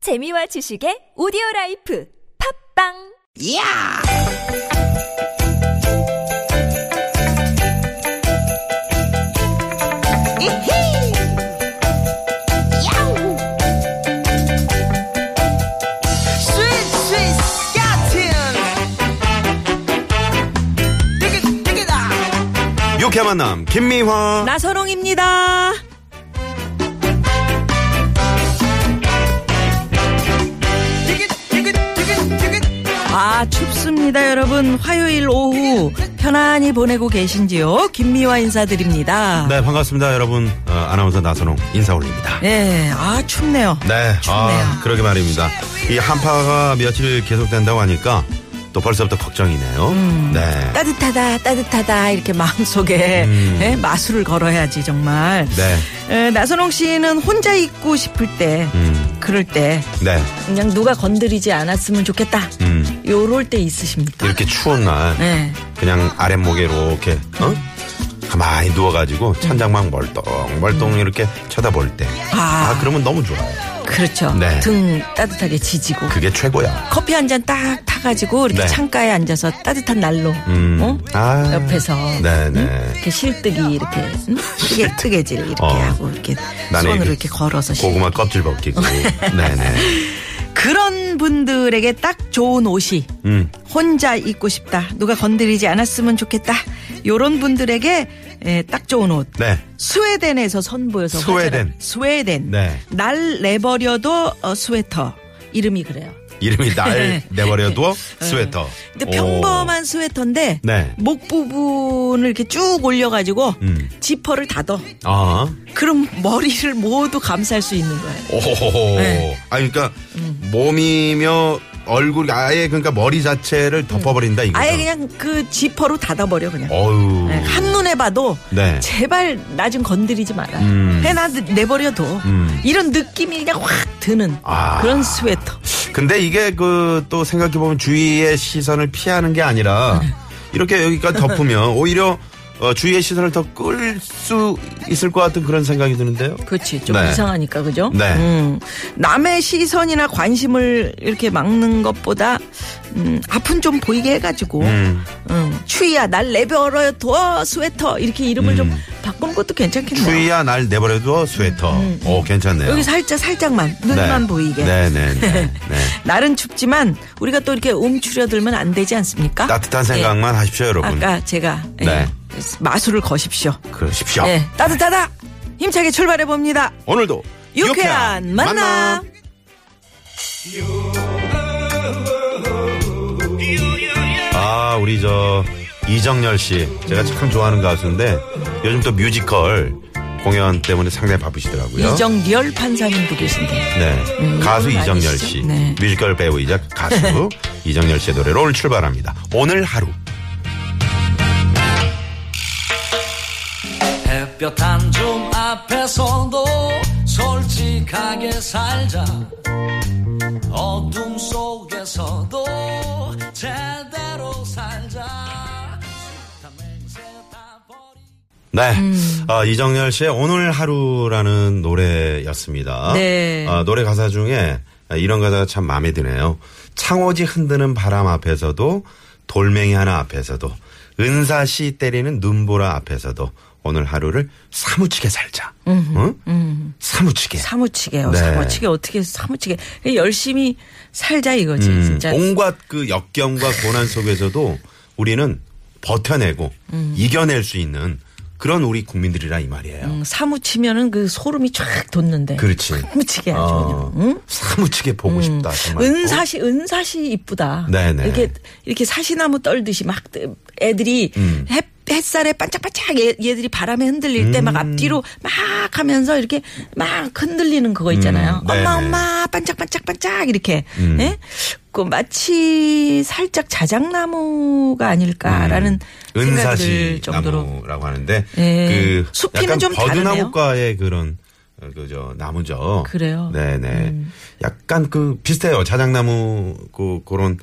재미와 지식의 오디오 라이프 팝빵! 이야! 이히! 야우! 스윗, 스윗, 야틴! 되게, 되게다! 유쾌한 만남 김미화 나선홍입니다. 되게, 되게, 되게, 되게! 아, 춥습니다, 여러분. 화요일 오후 편안히 보내고 계신지요? 김미화 인사드립니다. 네 반갑습니다 여러분 어, 아나운서 나선홍 인사 올립니다 예, 아, 춥네요. 네 아, 춥네요. 그러게 말입니다 이 한파가 며칠 계속된다고 하니까 또 벌써부터 걱정이네요 음. 네 따뜻하다, 따뜻하다, 이렇게 마음속에 예, 마술을 걸어야지, 정말. 네. 예, 나선홍 씨는 혼자 있고 싶을 때, 음. 그럴 때, 네. 그냥 누가 건드리지 않았으면 좋겠다. 음. 요럴 때 있으십니까? 이렇게 추운 날 예. 그냥 아랫목에 이렇게 어? 가만히 누워가지고 찬장만 멀뚱 멀뚱 이렇게 쳐다볼 때 아 아, 그러면 너무 좋아요 그렇죠. 네. 등 따뜻하게 지지고. 그게 최고야 커피 한 잔 딱 타가지고 이렇게 네. 창가에 앉아서 따뜻한 날로 음. 어? 아. 옆에서 네네 이렇게 실뜨기 이렇게 응? 뜨개 뜨개질 이렇게 어. 하고 이렇게 손으로 그 이렇게 걸어서 실- 고구마 껍질 벗기고 네네 그런 분들에게 딱 좋은 옷이 음. 혼자 입고 싶다 누가 건드리지 않았으면 좋겠다 요런 분들에게 에, 딱 좋은 옷 네. 스웨덴에서 선보여서 스웨덴. 화제라- 스웨덴 네. 날 내버려도 어, 스웨터 이름이 그래요 이름이 날 내버려둬 스웨터. 네. 근데 오. 평범한 스웨터인데 네. 목 부분을 이렇게 쭉 올려가지고 음. 지퍼를 닫어. 아. 그럼 머리를 모두 감쌀 수 있는 거예요. 오호호호. 네. 아 그러니까 몸이며 얼굴 아예 그러니까 머리 자체를 덮어버린다 이거죠. 음. 아예 그냥 그 지퍼로 닫아버려 그냥. 어우. 네, 한눈에 봐도 네. 제발 나 좀 건드리지 마라. 음. 그냥 나 내버려둬. 음. 이런 느낌이 그냥 확 드는 아. 그런 스웨터. 근데 이게 그 또 생각해 보면 주위의 시선을 피하는 게 아니라 이렇게 여기까지 덮으면 오히려 어, 주위의 시선을 더 끌 수 있을 것 같은 그런 생각이 드는데요. 그렇지. 좀 네. 이상하니까, 그죠? 네. 음, 남의 시선이나 관심을 이렇게 막는 것보다, 음, 앞은 좀 보이게 해가지고, 음. 음, 추위야, 날 내버려둬, 스웨터. 이렇게 이름을 좀 바꾸는 것도 괜찮겠네요. 음. 추위야 날 내버려둬 스웨터. 오 괜찮네요. 음, 여기 살짝, 살짝만, 눈만 네. 보이게. 네네네. 네, 네. 날은 춥지만, 우리가 또 이렇게 움츠려들면 안 되지 않습니까? 따뜻한 생각만 하십시오, 예. 여러분. 아까 제가. 예, 네. 아. 마술을 거십시오. 그러십시오. 예. 따뜻하다! 힘차게 출발해봅니다. 오늘도 유쾌한 만남. 아, 우리 저 이정열 씨, 제가 참 좋아하는 가수인데 요즘 또 뮤지컬 공연 때문에 상당히 바쁘시더라고요. 이정열 판사님도 계신데. 네, 가수 많이 이정열 아시죠? 씨, 네. 뮤지컬 배우이자 가수 이정열 씨의 노래로 오늘 출발합니다. 오늘 하루. 햇볕 한 줌 앞에서도 솔직하게 살자 어둠 속에서도 제대로 살자 싫다 맹세 다 버리 네. 아, 이정열 씨의 오늘 하루라는 노래였습니다. 네. 아, 노래 가사 중에 이런 가사가 참 마음에 드네요. 창호지 흔드는 바람 앞에서도 돌멩이 하나 앞에서도 은사시 때리는 눈보라 앞에서도 오늘 하루를 사무치게 살자. 응? 사무치게. 사무치게요. 네. 사무치게 어떻게 사무치게 열심히 살자 이거지 음. 진짜. 온갖 그 역경과 고난 속에서도 우리는 버텨내고 이겨낼 수 있는 그런 우리 국민들이라 이 말이에요. 음, 사무치면은 그 소름이 쫙 돋는데. 그렇지. 사무치게 아주 어, 그냥. 응? 음. 사무치게 보고 싶다. 정말. 은사시 은사시 이쁘다. 네네. 이렇게 이렇게 사시나무 떨듯이 막 뜨- 애들이 음. 햇, 햇살에 반짝반짝 얘, 얘들이 바람에 흔들릴 때 음. 막 앞뒤로 막 하면서 이렇게 막 흔들리는 그거 있잖아요. 음, 네네. 음. 엄마 엄마 반짝반짝 반짝 이렇게. 예? 그 마치 살짝 자작나무가 아닐까라는 어? 생각이 은사시 들 정도로 나무라고 하는데 예. 그 숲이는 약간 좀 버드나무과의 그런 어, 그저 나무죠. 그래요? 음. 네네. 음. 약간 그 비슷해요. 자작나무 그 그런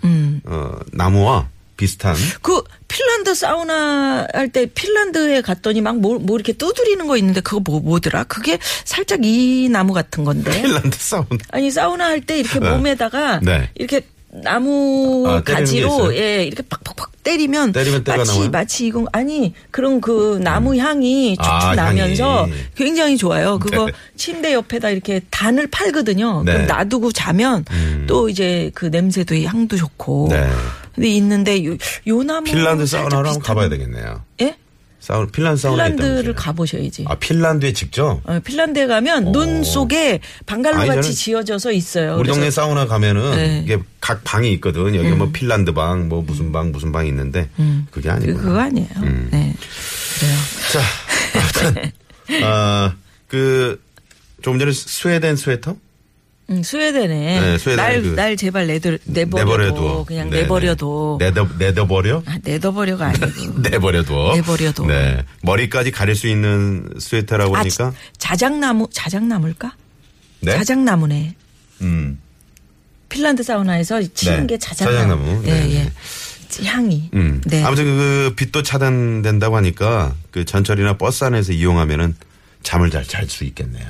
어, 나무와 비슷한. 그 핀란드 사우나 할 때 핀란드에 갔더니 막 뭐 이렇게 두드리는 거 있는데 그거 뭐 뭐더라? 그게 살짝 이 나무 같은 건데. 핀란드 사우나. 아니 사우나 할 때 이렇게 네. 몸에다가 네. 이렇게 나무 아, 때리는 게 있어요? 가지로 예 이렇게 팍팍팍 때리면, 때리면 때가 마치 나와요? 음. 마치 이건 아니 그런 그 나무 향이 쭉쭉 아, 나면서 향이. 굉장히 좋아요. 그거 네. 침대 옆에다 이렇게 단을 팔거든요. 네. 음. 그럼 놔두고 자면 또 이제 그 냄새도 향도 좋고. 네. 근데 있는데 요, 요 나무 핀란드 살짝 사우나를 한번 비슷한- 가봐야 되겠네요. 예? 사우 핀란드 사우나 핀란드를 가보셔야지. 아 핀란드에 직접 어, 핀란드에 가면 눈 속에 방갈로 아니, 저는 같이 지어져서 있어요. 우리 그래서 동네 사우나 가면은 네. 음. 이게 각 방이 있거든. 여기 뭐 핀란드 방, 뭐 무슨 방, 무슨 방이 있는데 그게 그- 아니구나. 그거 아니에요. 음. 네. 자, 아무튼 아그 조금 전에 스웨덴 스웨터? 음, 스웨덴에 네, 스웨덴에 날, 그- 날 제발 내들, 내버려둬. 내버려둬. 그냥 네, 네. 내버려둬. 내더 내더버려? 아, 내더버려가 아니고. 내버려둬. 내버려둬. 네. 머리까지 가릴 수 있는 스웨터라고 아, 하니까. 자, 장나무 자작나무일까? 네. 자작나무네. 음. 핀란드 사우나에서 치는 네. 게 자작나무. 자작나무. 네, 네. 예. 향이. 음. 네. 아무튼 그 빛도 차단된다고 하니까 그 전철이나 버스 안에서 이용하면은 잠을 잘 잘 수 있겠네요.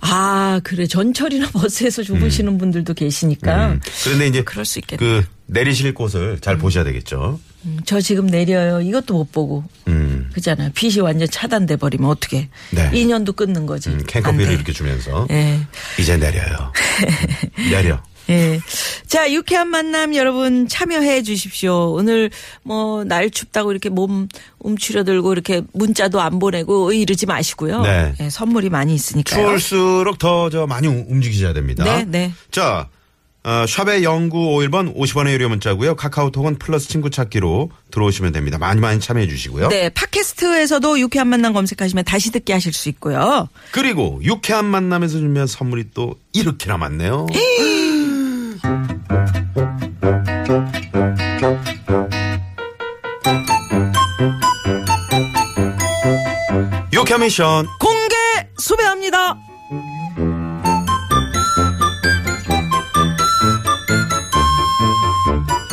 아, 그래. 전철이나 버스에서 주무시는 분들도 계시니까. 음. 그런데 이제 그럴 수 있겠다. 그 내리실 곳을 잘 보셔야 되겠죠. 음, 저 지금 내려요. 이것도 못 보고. 음. 그잖아요. 빛이 완전 차단돼 버리면 어떻게? 네. 인연도 끊는 거지. 음, 안 캔커피를 돼. 이렇게 주면서 예. 이제 내려요. 음, 내려. 예. 자, 유쾌한 만남 여러분 참여해 주십시오. 오늘 뭐 날 춥다고 이렇게 몸 움츠려들고 이렇게 문자도 안 보내고 이러지 마시고요. 네. 예, 선물이 많이 있으니까요. 추울수록 더 저 많이 우- 움직이셔야 됩니다. 네, 네. 자, 어, 샵의 0951번 50원의 유료 문자고요. 카카오톡은 플러스 친구 찾기로 들어오시면 됩니다. 많이 많이 참여해 주시고요. 네, 팟캐스트에서도 유쾌한 만남 검색하시면 다시 듣게 하실 수 있고요. 그리고 유쾌한 만남에서 주면 선물이 또 이렇게나 많네요. 유쾌 미션 공개 수배합니다.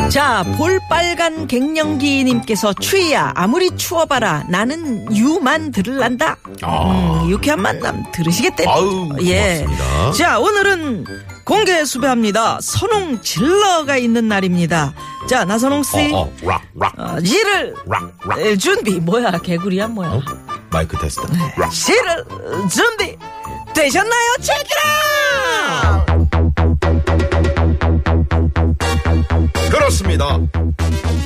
자, 볼빨간 갱년기님께서 추위야, 아무리 추워봐라. 나는 유만 들을란다. 아. 음, 유쾌한 만남 들으시겠대. 예. 아우, 고맙습니다. 자, 오늘은 공개 수배합니다. 선홍 질러가 있는 날입니다. 자, 나선홍 씨. 어, 어, 락, 락, 어, 일을 락, 락. 에, 준비 뭐야 개구리야 뭐야 어? 마이크 테스트. 네. 락. 실을 준비 되셨나요? 체키라! 그렇습니다.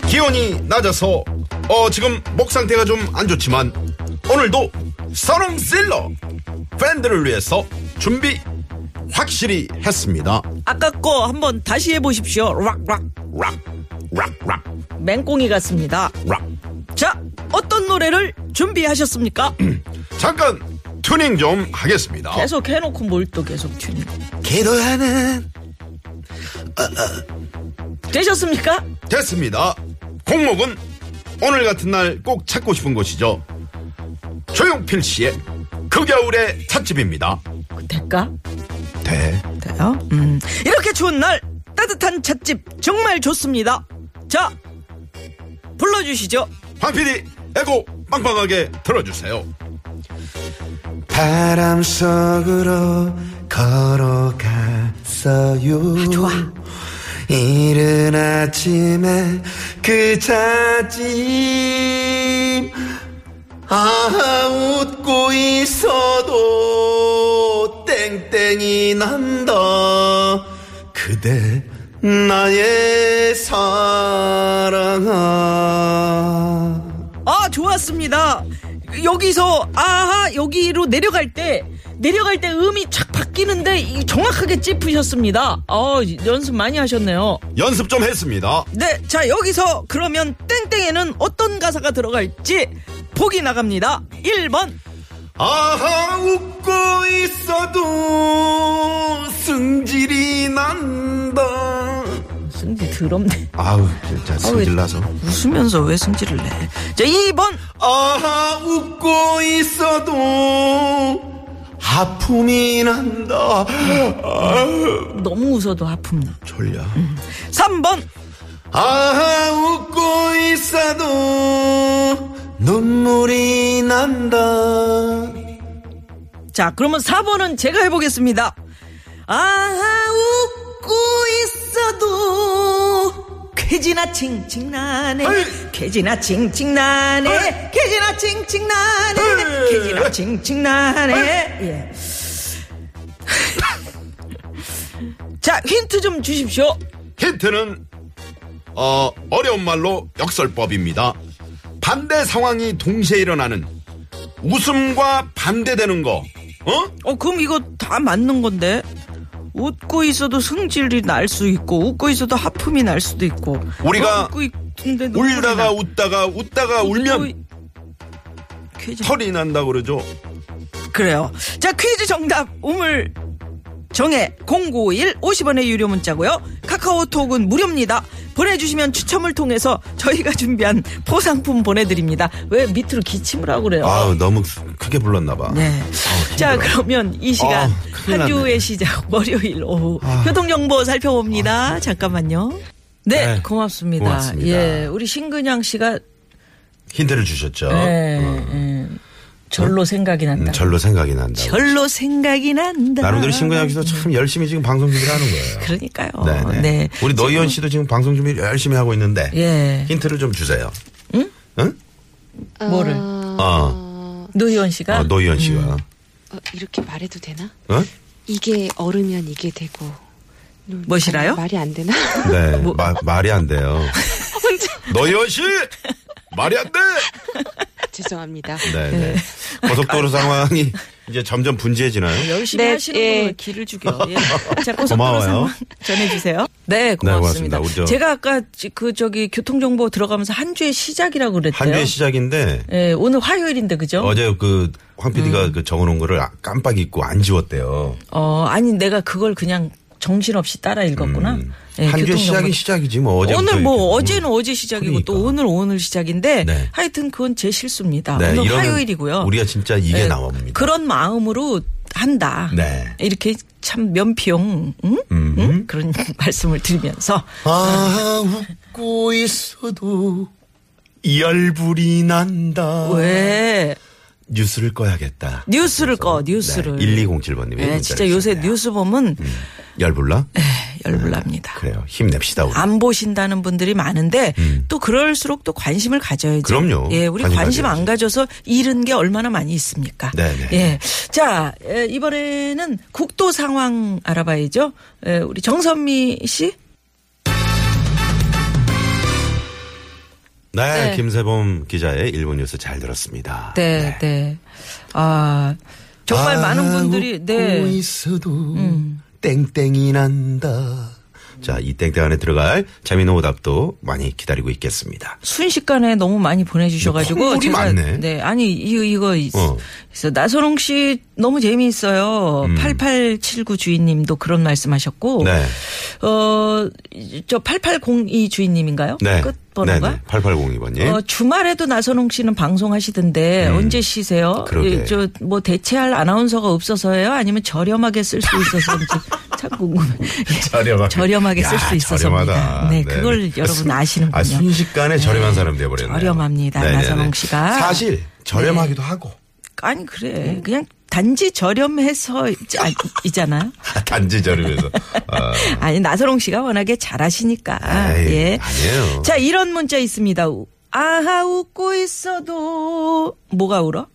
기온이 낮아서 어 지금 목 상태가 좀 안 좋지만 오늘도 선홍 실러 팬들을 위해서 준비 확실히 했습니다. 아까 거 한번 다시 해보십시오. 락락 락, 락, 락, 맹꽁이 같습니다. 락. 자, 어떤 노래를 준비하셨습니까? 잠깐 튜닝 좀 하겠습니다. 계속 해놓고 뭘 또 계속 튜닝. 기도하는 되셨습니까? 됐습니다. 공목은 오늘 같은 날 꼭 찾고 싶은 곳이죠. 조용필 씨의 그 겨울의 찻집입니다. 될까? 돼. 돼요? 음. 이렇게 추운 날 따뜻한 찻집 정말 좋습니다. 자, 불러주시죠. 황 PD 에고 빵빵하게 들어주세요. 바람 속으로 걸어갔어요. 좋아. 이른 아침에 그 자짐 아 웃고 있어도 땡땡이 난다 그대 나의 사랑아 아 좋았습니다. 여기서 아하 여기로 내려갈 때 내려갈 때 음이 착 바뀌는데 이- 정확하게 짚으셨습니다. 어 연습 많이 하셨네요. 연습 좀 했습니다 네, 자 여기서 그러면 땡땡에는 어떤 가사가 들어갈지 보기 나갑니다. 1번 아하 웃고 있어도 승질이 난다 승질 더럽네. 아우 진짜 승질나서 웃으면서 왜 승질을 내? 자 2번 아하 웃고 있어도 아픔이 난다 아, 너무 웃어도 아픔나. 졸려 3번 아 웃고 있어도 눈물이 난다 자, 그러면 4번은 제가 해보겠습니다. 아하, 웃고 있어도 쾌지나 칭칭나네. 헐. 쾌지나 칭칭나네. 헐. 쾌지나 칭칭나네. 헐. 쾌지나 칭칭나네. 예. 자, 힌트 좀 주십시오. 힌트는 어, 어려운 말로 역설법입니다. 반대 상황이 동시에 일어나는 웃음과 반대되는 거. 어? 어, 그럼 이거 다 맞는 건데. 웃고 있어도 승질이 날 수 있고, 웃고 있어도 하품이 날 수도 있고. 우리가 웃고 있는데 눈물이 나. 울다가 웃다가 웃다가 아, 울면 퀴즈 털이 난다고 그러죠. 그래요. 자 퀴즈 정답 우물 정해 051 50원의 유료 문자고요. 카카오톡은 무료입니다. 보내주시면 추첨을 통해서 저희가 준비한 포상품 보내드립니다. 왜 밑으로 기침을 하고 그래요? 아우 너무 크게 불렀나 봐 어. 네. 자 그러면 이 시간 아, 큰일 한 났네. 아. 주의 시작 월요일 오후 교통 정보 살펴봅니다. 잠깐만요. 네, 네, 고맙습니다. 고맙습니다. 예, 우리 신근양 씨가 힌트를 주셨죠 예, 음, 예, 절로 생각이 난다. 음, 절로 생각이 난다고 별로 생각이 난다. 나름대로 신근양 씨도 참 열심히 지금 방송 준비를 하는 거예요 그러니까요. 네네. 네. 우리 노희연 씨도 지금 방송 준비 열심히 하고 있는데 예. 힌트를 좀 주세요. 응? 뭐를 어, 노희원 씨가 어, 노희연 씨가. 어, 이렇게 말해도 되나? 음. 어? 이게 어르면 이게 되고. 음, 뭐시라요? 아, 말이 안 되나? 네. 뭐. 마- 말이 안 돼요. 노희연 씨! 말이 안 돼! 죄송합니다. 네, 네. 예. 고속도로 상황이 이제 점점 분주해지나요? 열심히 네, 하시는 예. 분을 길을 죽여. 예. 고마워요. 자, 고속도로 상황 전해주세요. 네, 고맙습니다. 고맙습니다. 우리 저- 제가 아까 지- 그 저기 교통정보 들어가면서 한 주의 시작이라고 그랬대요. 한 주의 시작인데 예, 오늘 화요일인데 그죠? 어제 그 황 음. PD가 그 적어놓은 거를 아- 깜빡 잊고 안 지웠대요. 어, 아니 내가 그걸 그냥 정신없이 따라 읽었구나. 예, 음. 한 주의 교통정보. 시작이 시작이지 뭐 어제. 오늘 뭐 어제는 어제 시작이고 또 그러니까. 오늘 오늘 시작인데 네. 하여튼 그건 제 실수입니다. 오늘 화요일이고요. 우리가 진짜 이게 예, 나옵니다. 그런 마음으로 한다. 네. 이렇게 참 면피용 응? 응? 그런 말씀을 드리면서 아 웃고 있어도 열불이 난다. 왜 뉴스를 꺼야겠다. 뉴스를 꺼 뉴스를. 네, 1207번님. 예, 진짜 요새 뉴스 아, 보면 음. 열불나? 열불납니다. 그래요. 힘냅시다 우리. 안 보신다는 분들이 많은데 또 그럴수록 또 관심을 가져야죠. 음. 그럼요. 예, 우리 관심 관심 가져야지. 안 가져서 잃은 게 얼마나 많이 있습니까? 네네. 예. 자, 에, 이번에는 국도 상황 알아봐야죠. 에, 우리 정선미 씨? 네, 네. 김세범 기자의 일본 뉴스 잘 들었습니다. 네, 네. 아, 정말 많은 분들이 웃고 네. 음. 있어도 땡땡이 난다. 자, 이 땡땡 안에 들어갈 재미있는 오답도 많이 기다리고 있겠습니다. 순식간에 너무 많이 보내주셔가지고 콧물이 많네. 네 아니 이거 이거 있- 어. 있어 나선홍 씨 너무 재미있어요. 8879 주인님도 그런 말씀하셨고 음. 어, 네. 어저 8802 주인님인가요? 네. 예? 끝 번호가 8802번님. 어, 주말에도 나선홍 씨는 방송하시던데 언제 쉬세요? 음. 그러게. 저 뭐 대체할 아나운서가 없어서예요? 아니면 저렴하게 쓸 수 있어서인지 참 궁금해. 예, 저렴하게. 저렴하게 야, 쓸 수 있어서입니다. 저렴하다. 네, 네네. 그걸 여러분 아시는군요. 아, 순식간에 저렴한 사람 되어버렸네요. 저렴합니다, 네네네. 나선홍 씨가. 네. 사실 저렴하기도 하고 아니 네. 그래 그냥 단지 저렴해서 있- 아, 이잖아요. 단지 저렴해서. 아, 아니 나선홍 씨가 워낙에 잘하시니까 에이, 예. 아니에요. 자 이런 문자 있습니다. 우- 아하 웃고 있어도 뭐가 울어?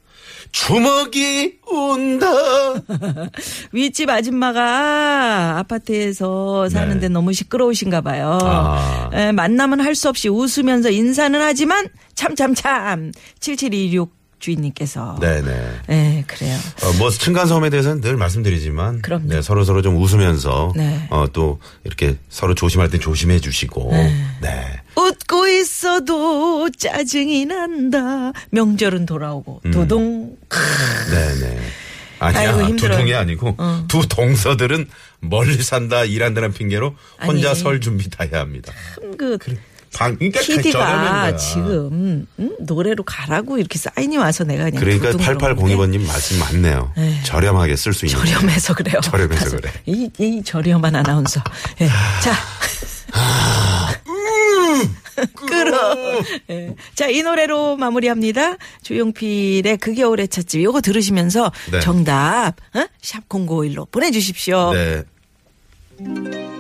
주먹이 온다. 윗집 아줌마가 아파트에서 사는데 너무 시끄러우신가 봐요. 네. 아. 에, 만남은 할 수 없이 웃으면서 인사는 하지만 참 참참 7726 주인님께서 네네. 예, 그래요. 어, 뭐 층간소음에 대해서는 늘 말씀드리지만 그럼요. 네, 서로 서로 좀 웃으면서 네. 어, 또 이렇게 서로 조심할 땐 조심해 주시고 네. 웃고 있어도 짜증이 난다. 명절은 돌아오고 음. 도동 네네. 아니야 아이고, 힘들어요. 두통이 아니고 두 동서들은 멀리 산다 일한다는 핑계로 혼자 아니. 설 준비 다 해야 합니다. 큰그 방 그러니까 저렴한 거야. PD가 지금 음, 노래로 가라고 이렇게 사인이 와서 내가 그냥 그러니까 두둥그레. 8802번님 말씀 맞네요. 저렴하게 쓸 수 있는 저렴해서 그래요. 저렴해서 가서. 그래. 이, 이 저렴한 아나운서. 예. 자. 음. 예. 자, 이 노래로 마무리합니다. 조용필의 그 겨울의 찻집. 요거 들으시면서 네. 정답, 어? 샵 0951로 보내주십시오. 네.